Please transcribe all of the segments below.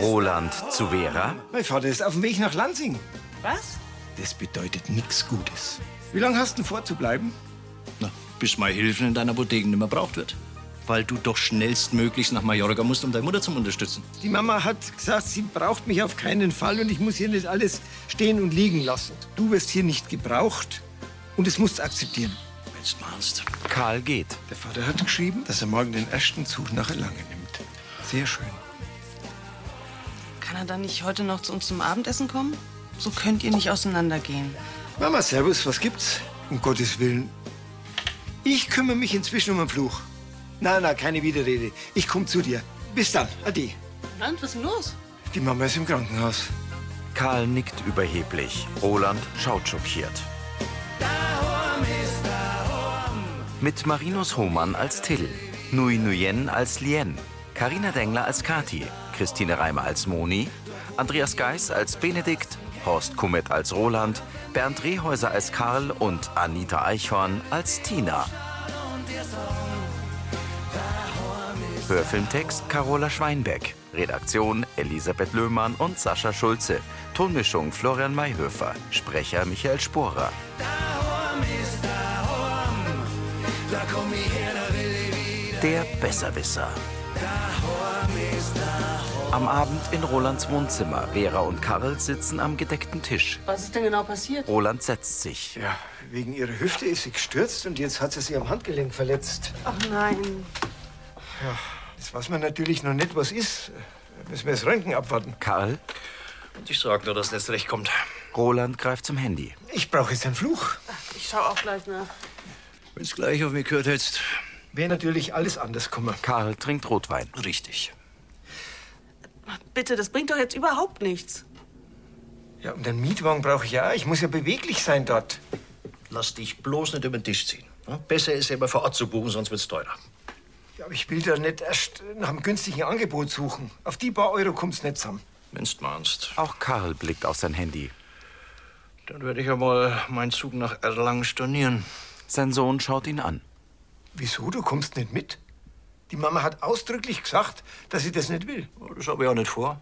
Roland zu Vera. Mein Vater ist auf dem Weg nach Lansing. Was? Das bedeutet nichts Gutes. Wie lange hast du denn vor zu bleiben? Na, bis meine Hilfen in deiner Apotheke nicht mehr braucht wird. Weil du doch schnellstmöglich nach Mallorca musst, um deine Mutter zu unterstützen. Die Mama hat gesagt, sie braucht mich auf keinen Fall und ich muss hier nicht alles stehen und liegen lassen. Du wirst hier nicht gebraucht und es musst du akzeptieren. Wenn's meinst. Karl geht. Der Vater hat geschrieben, dass er morgen den ersten Zug nach Erlangen nimmt. Sehr schön. Kann er dann nicht heute noch zu uns zum Abendessen kommen? So könnt ihr nicht auseinandergehen. Mama, Servus, was gibt's? Um Gottes Willen. Ich kümmere mich inzwischen um den Fluch. Na, na, keine Widerrede. Ich komme zu dir. Bis dann. Ade. Roland, was ist denn los? Die Mama ist im Krankenhaus. Karl nickt überheblich. Roland schaut schockiert. Mit Marinus Hohmann als Till, Nui Nguyen als Lien, Karina Dengler als Kati, Christine Reimer als Moni, Andreas Geis als Benedikt, Horst Kummet als Roland, Bernd Rehäuser als Karl und Anita Eichhorn als Tina. Hörfilmtext Carola Schweinbeck. Redaktion Elisabeth Löhmann und Sascha Schulze. Tonmischung Florian Mayhöfer. Sprecher Michael Sporer. Der Besserwisser. Am Abend in Rolands Wohnzimmer. Vera und Karl sitzen am gedeckten Tisch. Was ist denn genau passiert? Roland setzt sich. Ja, wegen ihrer Hüfte ist sie gestürzt und jetzt hat sie sich am Handgelenk verletzt. Ach nein. Das weiß man natürlich noch nicht, was ist. Da müssen wir das Röntgen abwarten. Karl, Ich sag nur, dass das recht kommt. Roland greift zum Handy. Ich brauche jetzt einen Fluch. Ich schau auch gleich nach. Wenn's gleich auf mich gehört hättest. Wäre natürlich alles anders gekommen. Karl trinkt Rotwein. Richtig. Bitte, das bringt doch jetzt überhaupt nichts. Ja, und einen Mietwagen brauche ich ja. auch. Ich muss ja beweglich sein dort. Lass dich bloß nicht über den Tisch ziehen. ne? Besser ist immer vor Ort zu buchen, sonst wird's teurer. Ja, aber ich will da nicht erst nach einem günstigen Angebot suchen. Auf die paar Euro kommt's nicht zusammen. Wenn's meinst. Auch Karl blickt auf sein Handy. Dann werde ich ja mal meinen Zug nach Erlangen stornieren. Sein Sohn schaut ihn an. Wieso, du kommst nicht mit? Die Mama hat ausdrücklich gesagt, dass sie das nicht will. Oh, Das habe ich auch nicht vor.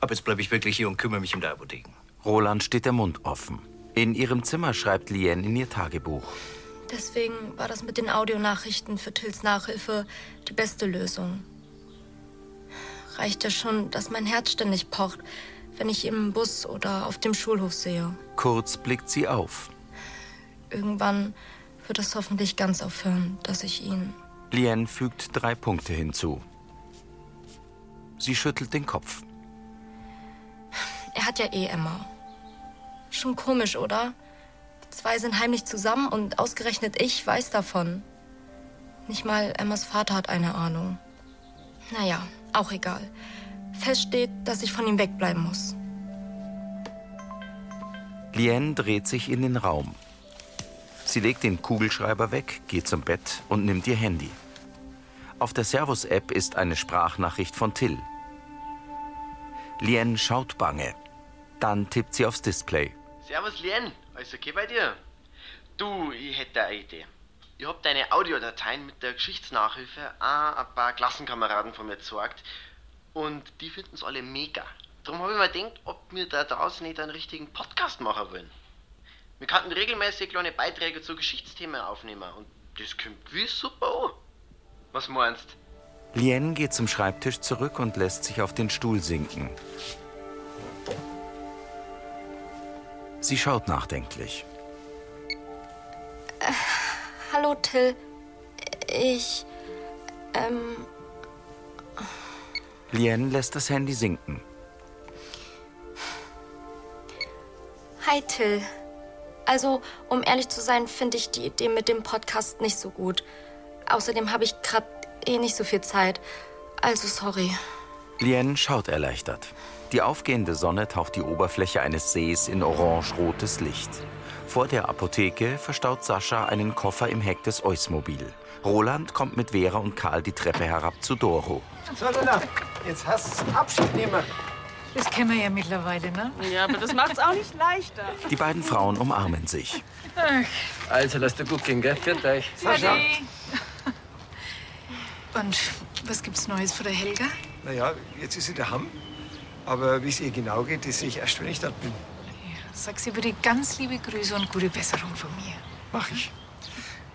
Ab jetzt bleibe ich wirklich hier und kümmere mich um die Apotheken. Roland steht der Mund offen. In ihrem Zimmer schreibt Lien in ihr Tagebuch. Deswegen war das mit den Audionachrichten für Tills Nachhilfe die beste Lösung. Reicht ja schon, dass mein Herz ständig pocht, wenn ich ihn im Bus oder auf dem Schulhof sehe. Kurz blickt sie auf. Irgendwann wird es hoffentlich ganz aufhören, dass ich ihn. Lien fügt drei Punkte hinzu. Sie schüttelt den Kopf. Er hat ja eh Emma. Schon komisch, oder? Die zwei sind heimlich zusammen und ausgerechnet ich weiß davon. Nicht mal Emmas Vater hat eine Ahnung. Naja, auch egal. Fest steht, dass ich von ihm wegbleiben muss. Lien dreht sich in den Raum. Sie legt den Kugelschreiber weg, geht zum Bett und nimmt ihr Handy. Auf der Servus-App ist eine Sprachnachricht von Till. Lien schaut bange. Dann tippt sie aufs Display. Servus Lien, alles okay bei dir? Du, ich hätte eine Idee. Ich hab deine Audiodateien mit der Geschichtsnachhilfe an ein paar Klassenkameraden von mir gesorgt und die finden's alle mega. Drum habe ich mir gedacht, ob wir da draußen nicht einen richtigen Podcast machen wollen. Wir könnten regelmäßig kleine Beiträge zu Geschichtsthemen aufnehmen und das kommt gewiss super an. Was meinst Lien geht zum Schreibtisch zurück und lässt sich auf den Stuhl sinken. Sie schaut nachdenklich. Äh, Hallo, Till. Ich. Ähm, Lien lässt das Handy sinken. hi, Till. Also, um ehrlich zu sein, finde ich die Idee mit dem Podcast nicht so gut. Außerdem habe ich gerade eh nicht so viel Zeit. Also, sorry. Lien schaut erleichtert. Die aufgehende Sonne taucht die Oberfläche eines Sees in orange-rotes Licht. Vor der Apotheke verstaut Sascha einen Koffer im Heck des Eusmobil. Roland kommt mit Vera und Karl die Treppe herab zu Doro. So, Lena, jetzt hast du Abschied nehmen. Das kennen wir ja mittlerweile, ne? Ja, aber das macht's auch nicht leichter. Die beiden Frauen umarmen sich. Also lasst dir gut gehen, gell? Viert euch. Sascha, Und Was gibt's Neues von der Helga? Naja, jetzt ist sie daheim. Aber wie es ihr genau geht, das sehe ich erst, wenn ich dort bin. Sag sie bitte ganz liebe Grüße und gute Besserung von mir. Mach ich.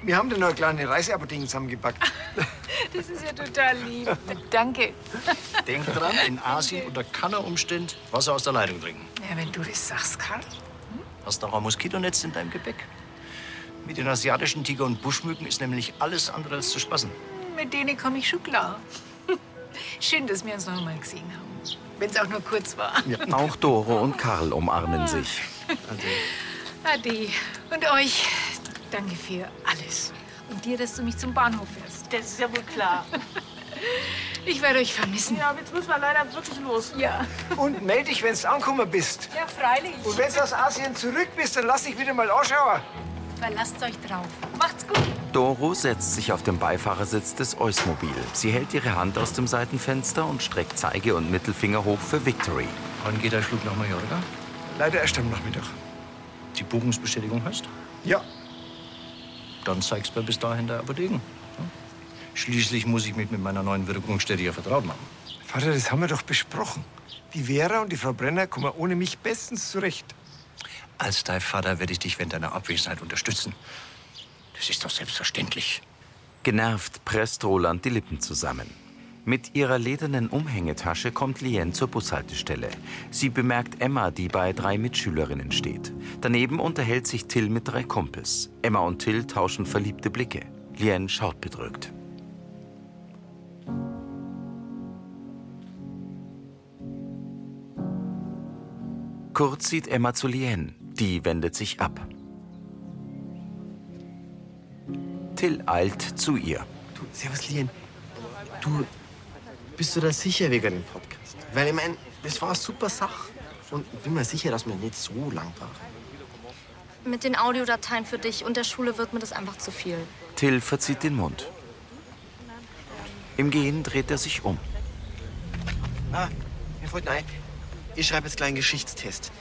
Wir haben da noch eine kleine Reiseapotheke zusammengepackt. Das ist ja total lieb. Danke. Denk dran, in Asien unter keiner Umständ Wasser aus der Leitung trinken. Ja, wenn du das sagst, Karl. Hast auch ein Moskitonetz in deinem Gepäck? Mit den asiatischen Tiger- und Buschmücken ist nämlich alles andere als zu spaßen. Mit denen komme ich schon klar. Schön, dass wir uns noch einmal gesehen haben. Wenn es auch nur kurz war. Auch Doro und Karl umarmen sich. Ade. Und euch, danke für alles. Und dir, dass du mich zum Bahnhof fährst. Das ist ja wohl klar. Ich werde euch vermissen. Ja, aber jetzt müssen wir leider wirklich los. Ja. Und melde dich, wenn du angekommen bist. Ja, freilich. Und wenn du aus Asien zurück bist, dann lass dich wieder mal anschauen. Verlasst euch drauf. Macht's gut. Doro setzt sich auf den Beifahrersitz des Eusmobil. Sie hält ihre Hand aus dem Seitenfenster und streckt Zeige und Mittelfinger hoch für Victory. Wann geht der Flug nach Mallorca? Leider erst am Nachmittag. Die Buchungsbestätigung hast? Ja, Dann zeig's mir bis dahin der Apotheken. Ja? Schließlich muss ich mich mit meiner neuen Wirkungsstätte ja vertraut machen. Vater, das haben wir doch besprochen. Die Vera und die Frau Brenner kommen ohne mich bestens zurecht. Als dein Vater werde ich dich während deiner Abwesenheit unterstützen. Das ist doch selbstverständlich. Genervt presst Roland die Lippen zusammen. Mit ihrer ledernen Umhängetasche kommt Lien zur Bushaltestelle. Sie bemerkt Emma, die bei drei Mitschülerinnen steht. Daneben unterhält sich Till mit drei Kumpels. Emma und Till tauschen verliebte Blicke. Lien schaut bedrückt. Kurz sieht Emma zu Lien. Die wendet sich ab. Till eilt zu ihr. Du, servus, Lien. Du, bist du da sicher wegen dem Podcast? Weil ich mein, das war eine super Sache. Und ich bin mir sicher, dass wir nicht so lang brauchen. Mit den Audiodateien für dich und der Schule wird mir das einfach zu viel. Till verzieht den Mund. Im Gehen dreht er sich um. Ah, mir fällt ein. Ich schreibe jetzt gleich einen Geschichtstest.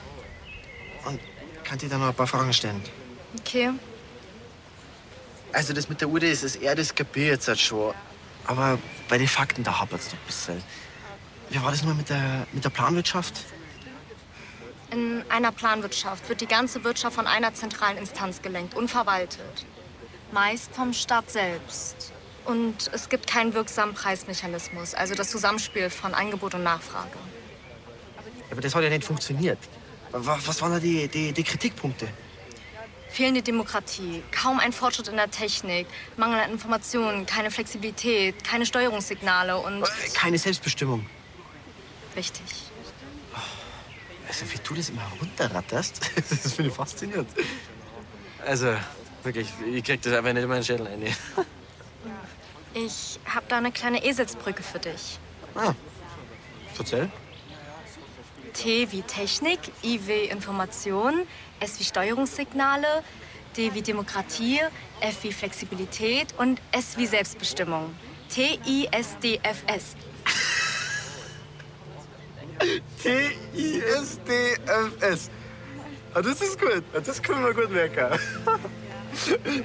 Und kann dir dann noch ein paar Fragen stellen. Okay. Also das mit der Uhr, das ist eher das kapier jetzt halt schon. Aber bei den Fakten, da hapert es doch ein bisschen. Wie war das mal mit der, mit der Planwirtschaft? In einer Planwirtschaft wird die ganze Wirtschaft von einer zentralen Instanz gelenkt und verwaltet. Meist vom Staat selbst. Und es gibt keinen wirksamen Preismechanismus, also das Zusammenspiel von Angebot und Nachfrage. Aber das hat ja nicht funktioniert. Wa- Was waren da die, die, die Kritikpunkte? Fehlende Demokratie, kaum ein Fortschritt in der Technik, Mangel an Informationen, keine Flexibilität, keine Steuerungssignale und... Äh, Keine Selbstbestimmung. Richtig. Also wie du das immer runterratterst, das finde ich faszinierend. Also, wirklich, ich krieg das einfach nicht in meinen Schädel ein. Ich habe da eine kleine Eselsbrücke für dich. Ah, erzähl. T wie Technik, I wie Information, S wie Steuerungssignale, D wie Demokratie, F wie Flexibilität und S wie Selbstbestimmung. T-I-S-D-F-S. T-I-S-D-F-S. Ah, das ist gut. Ah, Das können wir gut merken.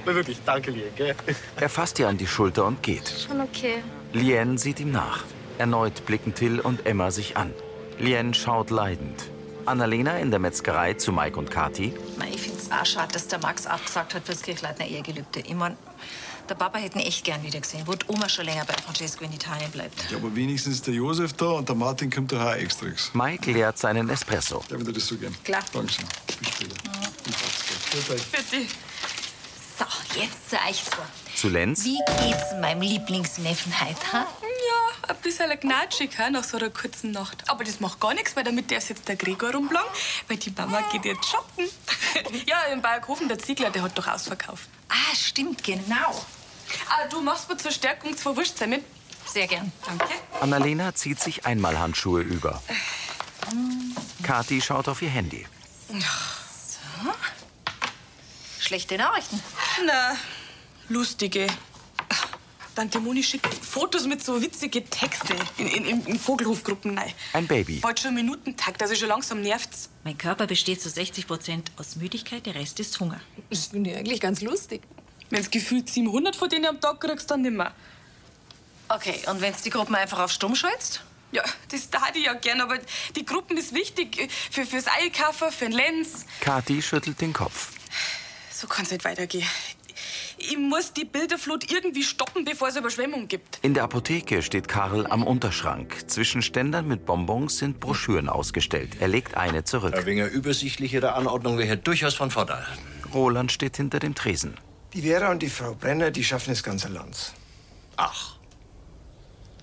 Na wirklich, danke dir, gell? Er fasst ihr an die Schulter und geht. Schon okay. Lien sieht ihm nach. Erneut blicken Till und Emma sich an. Lien schaut leidend. Annalena in der Metzgerei zu Mike und Kati. Mei, Ich finde es auch schade, dass der Max abgesagt hat fürs Kirchleitner Ehegelübde. Ich mein, der Papa hätte ihn echt gern wieder gesehen. Wurde Oma schon länger bei Francesco in Italien bleibt. Ja, aber wenigstens ist der Josef da und der Martin kommt daher extra. Ja, Mike leert seinen Espresso. wenn du das so gern. Klar. Dankeschön. Bis später. So, jetzt zu euch zwei. Zu Lenz. Wie geht's meinem Lieblingsneffen heute? Ha? Ja, ein bisschen knatschig he, nach so einer kurzen Nacht. Aber das macht gar nichts, weil damit darf jetzt der Gregor rumplagen, weil die Mama geht jetzt shoppen. ja, im Berghofen, der Ziegler, der hat doch ausverkauft. Ah, stimmt, genau. Ah, du machst mir zur Stärkung zwei Wurstsemmeln. Sehr gern. Danke. Annalena zieht sich einmal Handschuhe über. Mm. Kati schaut auf ihr Handy. Schlechte Nachrichten. Na, lustige. Tante Moni schickt Fotos mit so witzigen Texten in, in, in, in Vogelhofgruppen rein. Ein Baby. Bald schon Minutentakt, also schon langsam nervt's. Mein Körper besteht zu 60 Prozent aus Müdigkeit, der Rest ist Hunger. Das finde ich eigentlich ganz lustig. Wenn's gefühlt 700 von denen am Tag kriegst, dann nimmer. Okay, und wenn's die Gruppen einfach auf stumm schaltst? Ja, das tat ich ja gern, aber die Gruppen ist wichtig äh, für, fürs Einkaufen, für den Lenz. Kathi schüttelt den Kopf. So kann's nicht weitergehen. Ich muss die Bilderflut irgendwie stoppen, bevor es Überschwemmung gibt. In der Apotheke steht Karl am Unterschrank. Zwischen Ständern mit Bonbons sind Broschüren ausgestellt. Er legt eine zurück. Ein wenig übersichtlichere Anordnung wäre durchaus von Vorteil. Roland steht hinter dem Tresen. Die Vera und die Frau Brenner, die schaffen das ganze Land. Ach.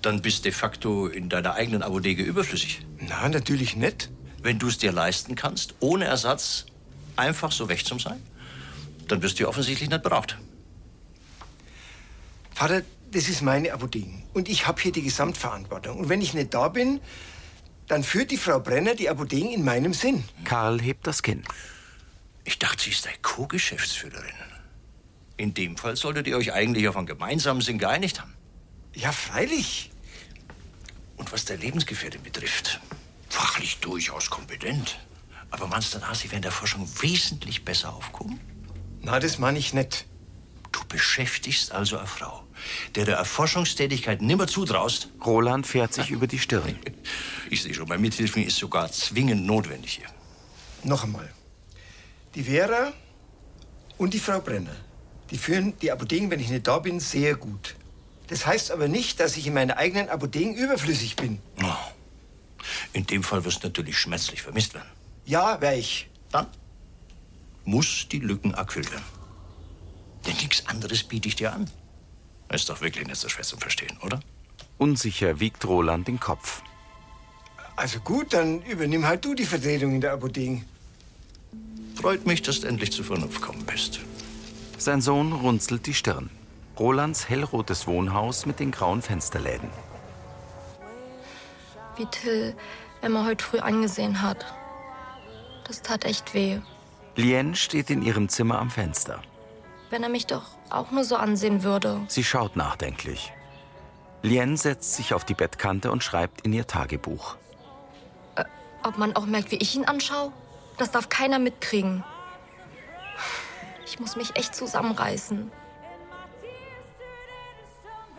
Dann bist de facto in deiner eigenen Apotheke überflüssig. Na, natürlich nicht. Wenn du es dir leisten kannst, ohne Ersatz, einfach so recht zum Sein, dann wirst du ja offensichtlich nicht braucht. Vater, das ist meine Apotheke. Und ich habe hier die Gesamtverantwortung. Und wenn ich nicht da bin, dann führt die Frau Brenner die Apotheken in meinem Sinn. Karl hebt das Kinn. Ich dachte, sie ist deine Co-Geschäftsführerin. In dem Fall solltet ihr euch eigentlich auf einen gemeinsamen Sinn geeinigt haben. Ja, freilich. Und was der Lebensgefährte betrifft, fachlich durchaus kompetent. Aber meinst du, na, sie wäre in der Forschung wesentlich besser aufgehoben? Na, das meine ich nicht. Du beschäftigst also eine Frau, der der Erforschungstätigkeit nimmer zutraust. Roland fährt sich über die Stirn. Ich sehe schon, bei Mithilfen ist sogar zwingend notwendig hier. Noch einmal. Die Vera und die Frau Brenner, die führen die Apotheken, wenn ich nicht da bin, sehr gut. Das heißt aber nicht, dass ich in meiner eigenen Apotheken überflüssig bin. Na, Oh. In dem Fall wirst du natürlich schmerzlich vermisst werden. Ja, wär ich. Dann? Muss die Lücken erfüllt werden. Denn nichts anderes biete ich dir an. Ist doch wirklich nicht so schwer zu verstehen, oder? Unsicher wiegt Roland den Kopf. Also gut, dann übernimm halt du die Vertretung in der Apotheke. Freut mich, dass du endlich zur Vernunft gekommen bist. Sein Sohn runzelt die Stirn. Rolands hellrotes Wohnhaus mit den grauen Fensterläden. Wie Till Emma heute früh angesehen hat. Das tat echt weh. Lien steht in ihrem Zimmer am Fenster. Wenn er mich doch auch nur so ansehen würde. Sie schaut nachdenklich. Lien setzt sich auf die Bettkante und schreibt in ihr Tagebuch. Ob man auch merkt, wie ich ihn anschaue? Das darf keiner mitkriegen. Ich muss mich echt zusammenreißen.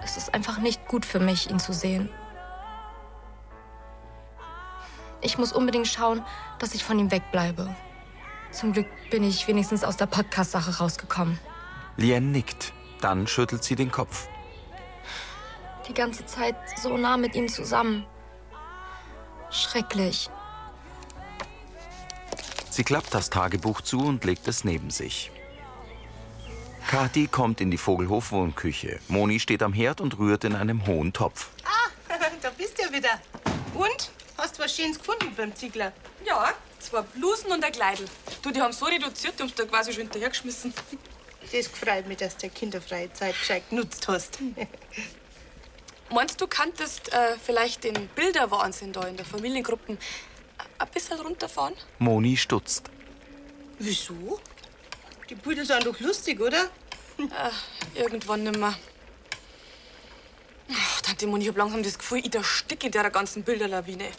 Es ist einfach nicht gut für mich, ihn zu sehen. Ich muss unbedingt schauen, dass ich von ihm wegbleibe. Zum Glück bin ich wenigstens aus der Podcast-Sache rausgekommen. Lien nickt. Dann schüttelt sie den Kopf. Die ganze Zeit so nah mit ihm zusammen. Schrecklich. Sie klappt das Tagebuch zu und legt es neben sich. Kathi kommt in die Vogelhof-Wohnküche. Moni steht am Herd und rührt in einem hohen Topf. Ah, da bist du ja wieder. Und? Hast du was Schönes gefunden beim Ziegler? Ja, zwei Blusen und ein Kleidel. Du, die haben so reduziert, die haben da quasi schon hinterhergeschmissen. Das freut mich, dass du die kinderfreie Zeit gescheit genutzt hast. Meinst du, kanntest äh, vielleicht den Bilderwahnsinn da in der Familiengruppen ein bisschen runterfahren? Moni stutzt. Wieso? Die Pudel sind doch lustig, oder? Äh, irgendwann nimmer. Ach, Tante Moni, ich hab langsam das Gefühl, ich da stick in der ganzen Bilderlawine.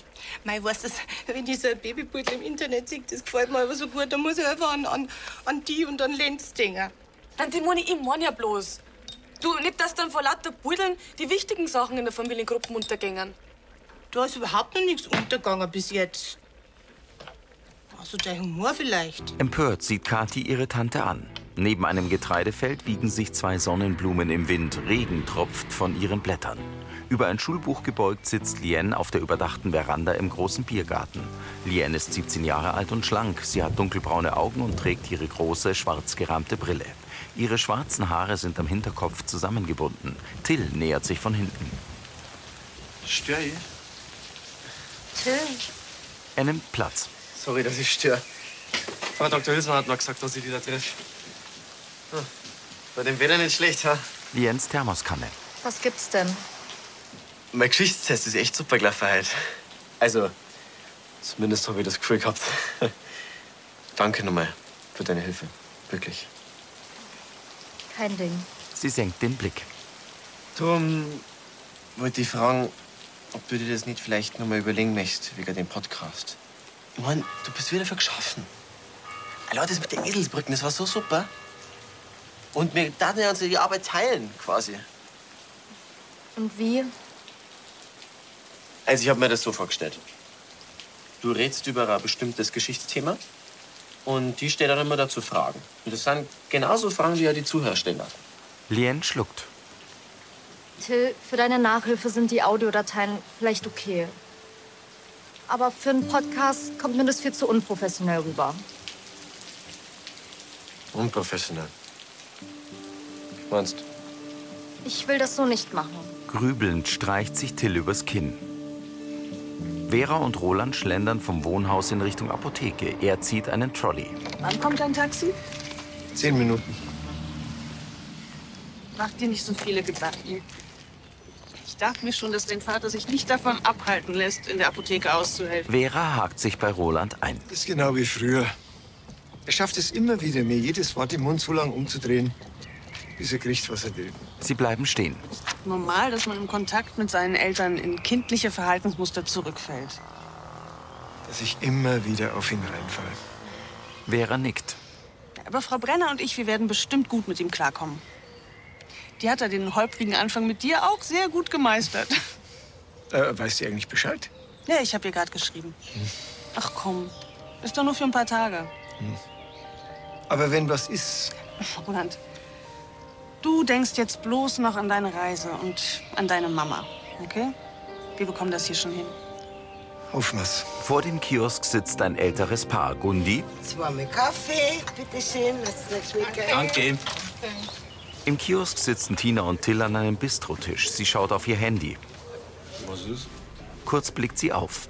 Mei, weißt du, wenn ich so ein Babybeutel im Internet sehe, das gefällt mir aber so gut, dann muss ich einfach an, an, an die und an Lenz denken. Tante Moni, ich mein ja bloß. Du, nicht, dass dann vor lauter Budeln die wichtigen Sachen in der Familiengruppe untergängen. Da ist überhaupt noch nichts untergegangen bis jetzt. Also der Humor vielleicht. Empört sieht Kathi ihre Tante an. Neben einem Getreidefeld wiegen sich zwei Sonnenblumen im Wind. Regen tropft von ihren Blättern. Über ein Schulbuch gebeugt sitzt Lien auf der überdachten Veranda im großen Biergarten. Lien ist 17 Jahre alt und schlank. Sie hat dunkelbraune Augen und trägt ihre große, schwarz gerahmte Brille. Ihre schwarzen Haare sind am Hinterkopf zusammengebunden. Till nähert sich von hinten. Stör ich? Till, Er nimmt Platz. Sorry, dass ich störe. Aber Dr. Hülsmann hat mal gesagt, dass ich die da treffe. Hm. Bei dem Wetter nicht schlecht, ha? Liens Thermoskanne. was gibt's denn? Mein Geschichtstest ist echt super gelaufen heute. Also, zumindest habe ich das Gefühl gehabt. Danke nochmal für deine Hilfe. Wirklich. Kein Ding. Sie senkt den Blick. Tom, wollte ich fragen, ob du dir das nicht vielleicht nochmal überlegen möchtest, wegen dem Podcast. Ich mein, du bist wieder für geschaffen. Leute, das mit den Eselsbrücken, das war so super. Und wir dachten ja uns die Arbeit teilen, quasi. Und wie? Also ich habe mir das so vorgestellt. Du redst über ein bestimmtes Geschichtsthema und die stellen dann immer dazu Fragen. Und das sind genauso Fragen, die ja die Zuhörer stellen. lassen. Lien schluckt. Till, für deine Nachhilfe sind die Audiodateien vielleicht okay. Aber für einen Podcast kommt mir das viel zu unprofessionell rüber. Unprofessionell. Meinst Ich will das so nicht machen. Grübelnd streicht sich Till übers Kinn. Vera und Roland schlendern vom Wohnhaus in Richtung Apotheke. Er zieht einen Trolley. Wann kommt dein Taxi? Zehn Minuten. Mach dir nicht so viele Gedanken. Ich dachte mir schon, dass dein Vater sich nicht davon abhalten lässt, in der Apotheke auszuhelfen. Vera hakt sich bei Roland ein. Das ist genau wie früher. Er schafft es immer wieder, mir jedes Wort im Mund so lang umzudrehen, bis er kriegt, was er will. Sie bleiben stehen. Normal, dass man im Kontakt mit seinen Eltern in kindliche Verhaltensmuster zurückfällt. Dass ich immer wieder auf ihn reinfalle. Vera nickt. Aber Frau Brenner und ich, wir werden bestimmt gut mit ihm klarkommen. Die hat er den holprigen Anfang mit dir auch sehr gut gemeistert. Äh, weißt du eigentlich Bescheid? Ja, ich habe ihr gerade geschrieben. Ach komm, ist doch nur für ein paar Tage. Aber wenn was ist, Roland, du denkst jetzt bloß noch an deine Reise und an deine Mama, okay? Wir bekommen das hier schon hin. hoffen wir's. Vor dem Kiosk sitzt ein älteres Paar. Gundi Zweimal Kaffee, bitteschön, lass es schmecken. Danke. Im Kiosk sitzen Tina und Till an einem Bistrotisch. Sie schaut auf ihr Handy. Was ist? Kurz blickt sie auf.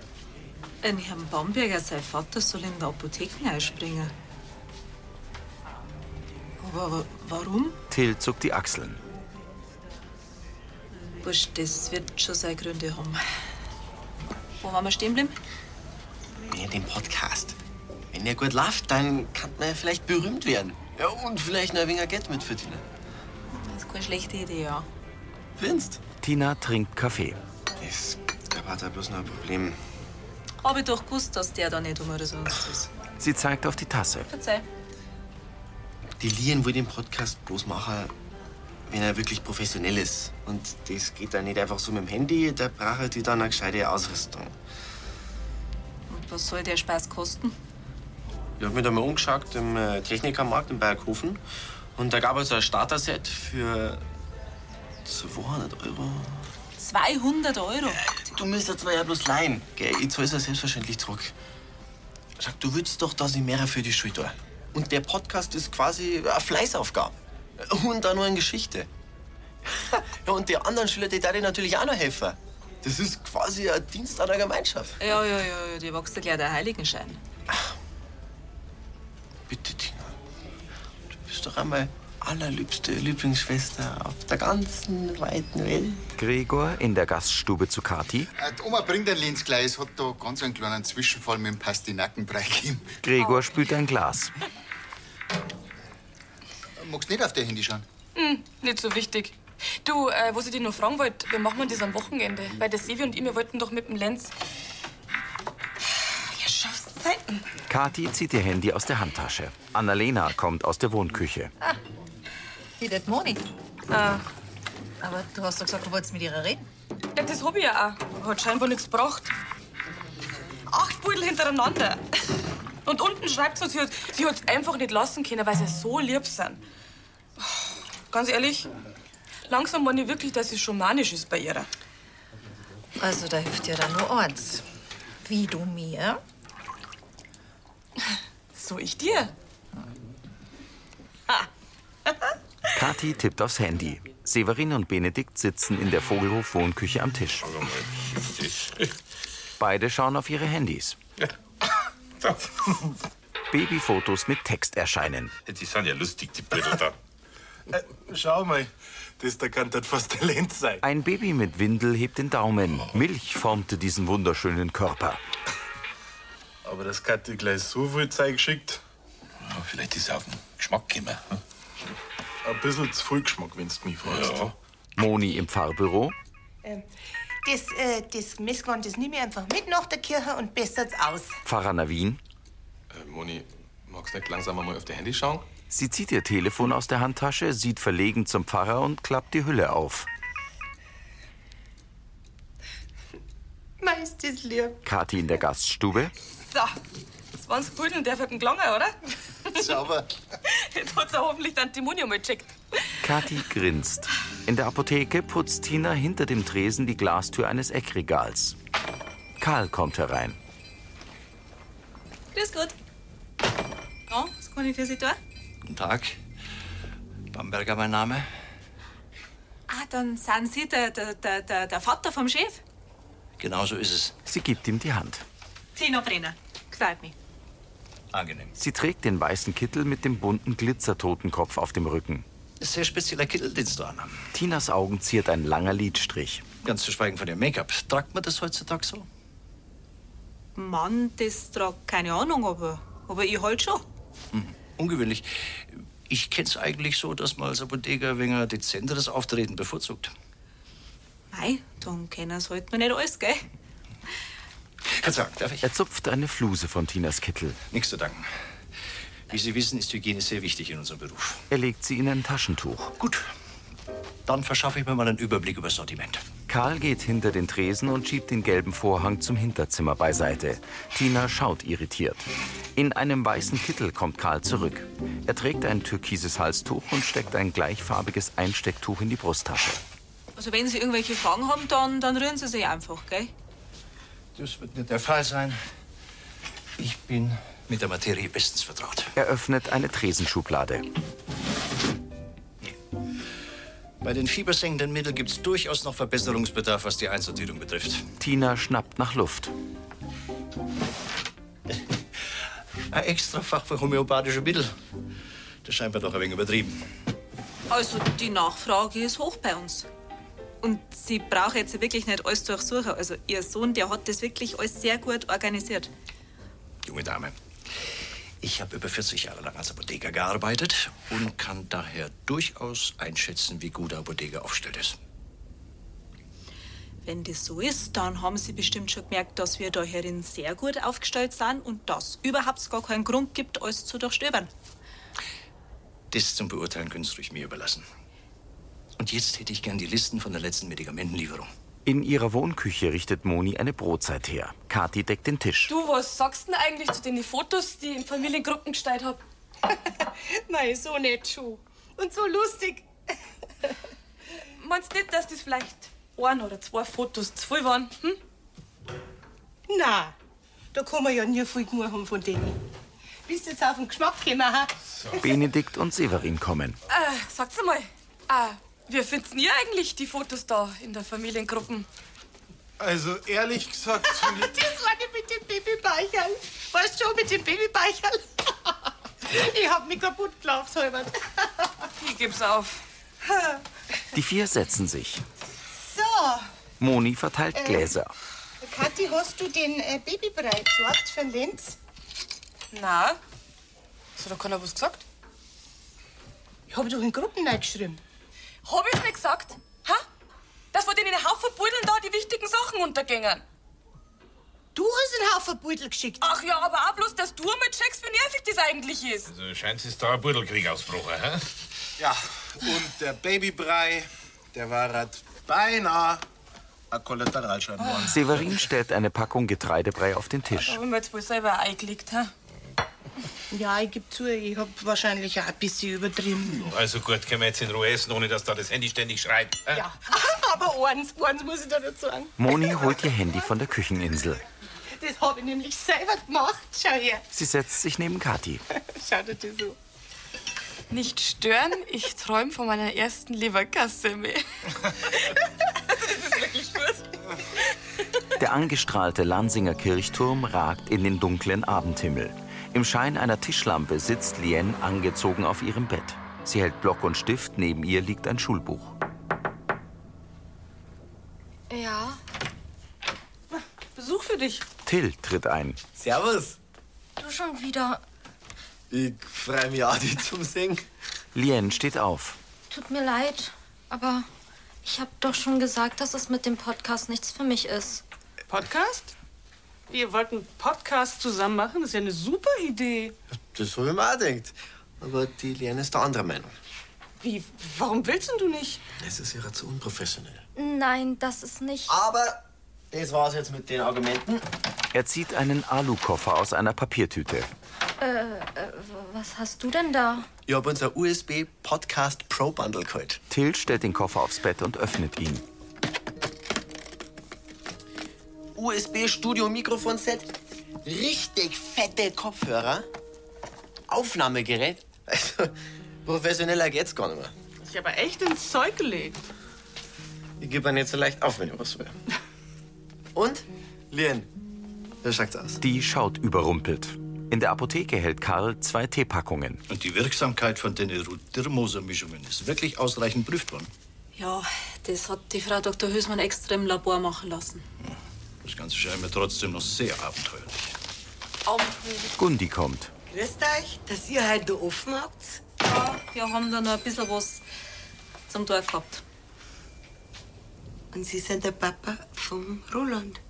Ein Herrn Bamberger, sein Vater, soll in der Apotheke einspringen. Aber wa- warum? Till zuckt die Achseln. Wurscht, das wird schon seine Gründe haben. Wo waren wir stehen geblieben? Nee, den Podcast. Wenn der gut läuft, dann kann man ja vielleicht berühmt werden. Ja, und vielleicht noch ein wenig Geld mitverdienen. Das ist keine schlechte Idee, ja. Findest? Tina trinkt Kaffee. Das hat er bloß noch ein Problem. Hab ich doch gewusst, dass der da nicht um oder sonst ist. Sie zeigt auf die Tasse. Verzeih. Die Lien will den Podcast bloß machen, wenn er wirklich professionell ist. Und das geht dann nicht einfach so mit dem Handy, da braucht die dann eine gescheite Ausrüstung. Und was soll der Spaß kosten? Ich habe mir da mal umgeschaut im äh, Technikermarkt in Berghofen. Und da gab es ein Starter-Set für 200 Euro. 200 Euro. Du müsstest zwar ja bloß leihen. Gell, ich zahl's ja selbstverständlich zurück. Schau, du willst doch, dass ich mehr für die Schule tue. Und der Podcast ist quasi eine Fleißaufgabe. Und dann nur eine Geschichte. ja, und die anderen Schüler, die dir natürlich auch noch helfen. Das ist quasi ein Dienst an der Gemeinschaft. Ja, ja, ja, ja, die wächst ja gleich der Heiligenschein. Bitte, Tina. Du bist doch einmal allerliebste Lieblingsschwester auf der ganzen weiten Welt. Gregor in der Gaststube zu Kati. Äh, die Oma bringt den Lenz gleich. Es hat da ganz einen kleinen Zwischenfall mit dem Pastinackenbrei gegeben. Gregor spült ein Glas. Magst nicht auf dein Handy schauen? Hm, nicht so wichtig. Du, äh, was ich dich noch fragen wollte, wie machen wir das am Wochenende? Weil der Sevi und ich, wir wollten doch mit dem Lenz. Ja, schaffst Zeiten. Kati zieht ihr Handy aus der Handtasche. Annalena kommt aus der Wohnküche. Ah, Wie das Moni. Ah. Aber du hast doch gesagt, du wolltest mit ihrer reden. Ja, das hab ich ja auch. Hat scheinbar nichts gebracht. Acht Pudel hintereinander. Und unten schreibt sie, sie hat sie hat's einfach nicht lassen können, weil sie so lieb sind. Ganz ehrlich, langsam meine ich wirklich, dass es schon manisch ist bei ihr. Also, da hilft dir dann nur eins. Wie du mir. So ich dir. Kati tippt aufs Handy. Severin und Benedikt sitzen in der Vogelhof-Wohnküche am Tisch. Beide schauen auf ihre Handys. Äh, Babyfotos mit Text erscheinen. Die sind ja lustig, die Bödel da. Äh, schau mal, das da kann das fast der Lenz sein. Ein Baby mit Windel hebt den Daumen. Milch formte diesen wunderschönen Körper. Aber das hat dir gleich so viel Zeit geschickt. Vielleicht ist er auf den Geschmack gekommen. hm? Ein bisschen zu viel Geschmack, wenn du mich fragst. Moni im Fahrbüro. Ähm, Das, äh, das Messkorn, das nehme ich einfach mit nach der Kirche und bessert's aus. Pfarrer Navin. Äh, Moni, magst du nicht langsam mal auf dein Handy schauen? Sie zieht ihr Telefon aus der Handtasche, sieht verlegen zum Pfarrer und klappt die Hülle auf. Meistens lieb. Kathi in der Gaststube, So, 20 Pudel und der wird ein Glanger, oder? Sauber. Jetzt hat sie hoffentlich dann die Muni mal gecheckt. Kathi grinst. In der Apotheke putzt Tina hinter dem Tresen die Glastür eines Eckregals. Karl kommt herein. Grüß Gott. Ja, was kann ich für Sie tun? Guten Tag. Bamberger mein Name. Ah, dann sind Sie der, der, der, der, der Vater vom Chef? Genau so ist es. Sie gibt ihm die Hand. Tino Brenner. Gefällt mich. Angenehm. Sie trägt den weißen Kittel mit dem bunten Glitzertotenkopf auf dem Rücken. Ist sehr spezieller Kittel, den Sie da anhaben. Tinas Augen ziert ein langer Lidstrich. Ganz zu schweigen von dem Make-up. Tragt man das heutzutage so? Mann, das tragt keine Ahnung, aber, aber ich halt schon. Ungewöhnlich. Ich kenn's eigentlich so, dass man als Apotheker weniger dezenteres Auftreten bevorzugt. Nein, dann können Sie halt mir nicht alles, gell? Verzagt, darf ich? Er zupft eine Fluse von Tinas Kittel. Nichts zu danken. Wie Sie wissen, ist Hygiene sehr wichtig in unserem Beruf. Er legt sie in ein Taschentuch. Gut. Dann verschaffe ich mir mal einen Überblick über das Sortiment. Karl geht hinter den Tresen und schiebt den gelben Vorhang zum Hinterzimmer beiseite. Tina schaut irritiert. In einem weißen Kittel kommt Karl zurück. Er trägt ein türkises Halstuch und steckt ein gleichfarbiges Einstecktuch in die Brusttasche. Also, wenn Sie irgendwelche Fragen haben, dann, dann rühren Sie sich einfach, gell? Das wird nicht der Fall sein. Ich bin mit der Materie bestens vertraut. Er öffnet eine Tresenschublade. Bei den fiebersenkenden Mitteln gibt es durchaus noch Verbesserungsbedarf, was die Einsortierung betrifft. Tina schnappt nach Luft. Ein extra Fach für homöopathische Mittel. Das scheint mir doch ein wenig übertrieben. Also, die Nachfrage ist hoch bei uns. Und Sie brauchen jetzt wirklich nicht alles durchsuchen. Also, Ihr Sohn, der hat das wirklich alles sehr gut organisiert. Junge Dame, ich habe über 40 Jahre lang als Apotheker gearbeitet und kann daher durchaus einschätzen, wie gut der Apotheker aufgestellt ist. Wenn das so ist, dann haben Sie bestimmt schon gemerkt, dass wir da herin sehr gut aufgestellt sind und dass überhaupt gar keinen Grund gibt, alles zu durchstöbern. Das zum Beurteilen können Sie ruhig mir überlassen. Und jetzt hätte ich gern die Listen von der letzten Medikamentenlieferung. In ihrer Wohnküche richtet Moni eine Brotzeit her. Kathi deckt den Tisch. Du, was sagst du denn eigentlich zu den Fotos, die ich in Familiengruppen gestellt hab? Mei, so nett schon. Und so lustig. Meinst du nicht, dass das vielleicht ein oder zwei Fotos zu viel waren? Hm? Na, da kann man ja nie viel genug haben von denen. Bist du jetzt auf den Geschmack gekommen, ha? Benedikt und Severin kommen. Äh, sagt's mal, äh, wir finden ihr eigentlich die Fotos da in der Familiengruppen. Also ehrlich gesagt, das war die mit dem Babybeicherl. Weißt du schon, mit dem Babybeicherl? ich hab mich kaputt gelacht, Heubert. ich geb's auf. Die vier setzen sich. So, Moni verteilt Äh. Gläser. Kathi, hast du den äh, Babybrei besorgt für den Lenz? Na, hat doch keiner was gesagt? Ich hab doch in Gruppen reingeschrieben. Hab ich's nicht gesagt? Ha? Dass von denen Haufen Budeln da die wichtigen Sachen untergängen. Du hast einen Haufen Beutel geschickt. Ach ja, aber auch bloß, dass du mal checkst, wie nervig das eigentlich ist. Also scheint es da ein Burdelkrieg ausbrochen, hä? ja. Und der Babybrei, der war halt beinahe ein Kollateralschaden worden. Severin stellt eine Packung Getreidebrei auf den Da Tisch. hab ich mir jetzt wohl selber eingelegt, ha? Ja, ich geb zu, ich hab wahrscheinlich auch ein bisschen übertrieben. Also gut, können wir jetzt in Ruhe essen, ohne dass da das Handy ständig schreit. hä? Ja, aber eins, eins muss ich da dazu sagen. Moni holt ihr Handy von der Kücheninsel. Das hab ich nämlich selber gemacht. Schau her. Sie setzt sich neben Kathi. Schau dir das so. Nicht stören, ich träum von meiner ersten Leberkassemme. Der angestrahlte Lansinger Kirchturm ragt in den dunklen Abendhimmel. Im Schein einer Tischlampe sitzt Lien angezogen auf ihrem Bett. Sie hält Block und Stift, neben ihr liegt ein Schulbuch. Ja. Besuch für dich. Till tritt ein. Servus. Du schon wieder. Ich freue mich auch, dich zum Singen. Lien steht auf. Tut mir leid, aber ich habe doch schon gesagt, dass es mit dem Podcast nichts für mich ist. Podcast? Wir wollten einen Podcast zusammen machen, das ist ja eine super Idee. Das habe ich mir auch gedacht. Aber die Lena ist der anderer Meinung. Wie, warum willst denn du nicht? Es ist ihrer zu unprofessionell. Nein, das ist nicht. Aber Das war's jetzt mit den Argumenten. Er zieht einen Alukoffer aus einer Papiertüte. Äh, äh, was hast du denn da? Ich habe unser USB Podcast Pro Bundle geholt. Till stellt den Koffer aufs Bett und öffnet ihn. USB Studio Mikrofon Set, richtig fette Kopfhörer, Aufnahmegerät. Also professioneller geht's gar nicht mehr. Ist ja aber echt ins Zeug gelegt. Ich gebe dann jetzt so leicht auf, wenn ich was will. Und? Lien. Da schaut's aus. Die schaut überrumpelt. In der Apotheke hält Karl zwei Teepackungen. Und die Wirksamkeit von den Erudirmoser-Mischungen ist wirklich ausreichend prüft worden. Ja, das hat die Frau Dr. Hösmann extra im Labor machen lassen. Das Ganze scheint mir trotzdem noch sehr abenteuerlich. Gundi Um kommt. Grüßt euch, dass ihr heute offen habt. Ja, wir haben da noch ein bisschen was zum Tag gehabt. Und Sie sind der Papa vom Roland.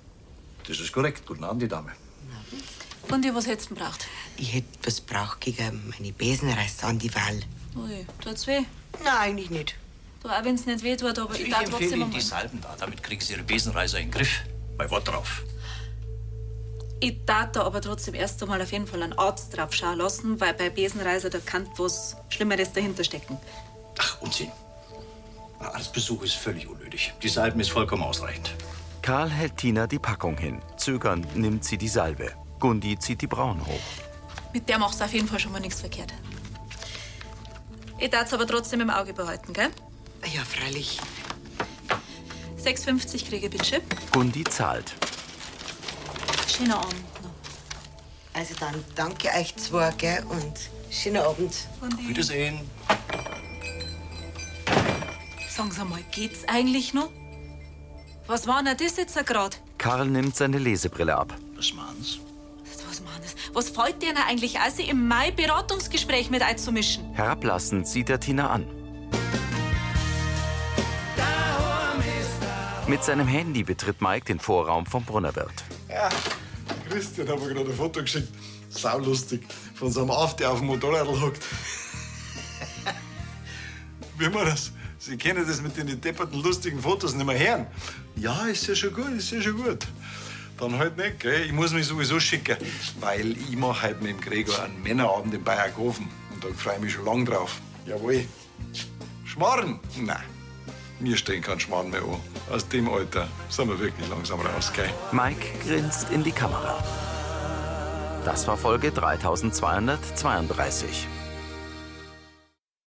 Das ist korrekt. Guten Abend, die Dame. Und ihr, was hättest du braucht? Ich hätte was braucht gegeben. Meine Besen reißt an die Wall. Ui, Oh tut's weh? Nein, eigentlich nicht. Du, auch wenn's nicht weh tut, aber ich, darf trotzdem einmal. Salben da. Damit kriegen Sie Ihre Besenreiser in den Griff. Bei Wort drauf. Ich darf da aber trotzdem erst einmal auf jeden Fall einen Arzt drauf schauen lassen, weil bei Besenreiser da kann was Schlimmeres dahinter stecken. Ach, Unsinn. Ein Arztbesuch ist völlig unnötig. Die Salben ist vollkommen ausreichend. Karl hält Tina die Packung hin. Zögernd nimmt sie die Salbe. Gundi zieht die Brauen hoch. Mit der machst du auf jeden Fall schon mal nichts verkehrt. Ich darf aber trotzdem im Auge behalten, gell? Ja, freilich. 6,50 kriege ich bitte. Gundi zahlt. Schöner Abend. Also dann danke euch zwei, gell? Und schönen Abend. Und Wiedersehen. Sagen Sie mal, geht's eigentlich noch? Was war denn das jetzt gerade? Karl nimmt seine Lesebrille ab. Was meinst Was machen das? Was fällt dir denn eigentlich aus, sich im Mai Beratungsgespräch mit einzumischen? Herablassend sieht er Tina an. Mit seinem Handy betritt Mike den Vorraum vom Brunnerwirt. Ja, Christian hat mir gerade ein Foto geschickt. Saulustig. Von so einem Aff, der auf dem Motorrad hockt. Wie man das? Sie kennen das mit den depperten, lustigen Fotos nicht mehr hören. Ja, ist ja schon gut, ist ja schon gut. Dann halt nicht, gell? Ich muss mich sowieso schicken, weil ich mache halt mit dem Gregor einen Männerabend in Bayerkofen. Und da freue ich mich schon lang drauf. Jawohl. Schmarrn? Nein. Mir stehen kein Schmarrn mehr an. Aus dem Alter sind wir wirklich langsam raus, gell? Mike grinst in die Kamera. Das war Folge 3232.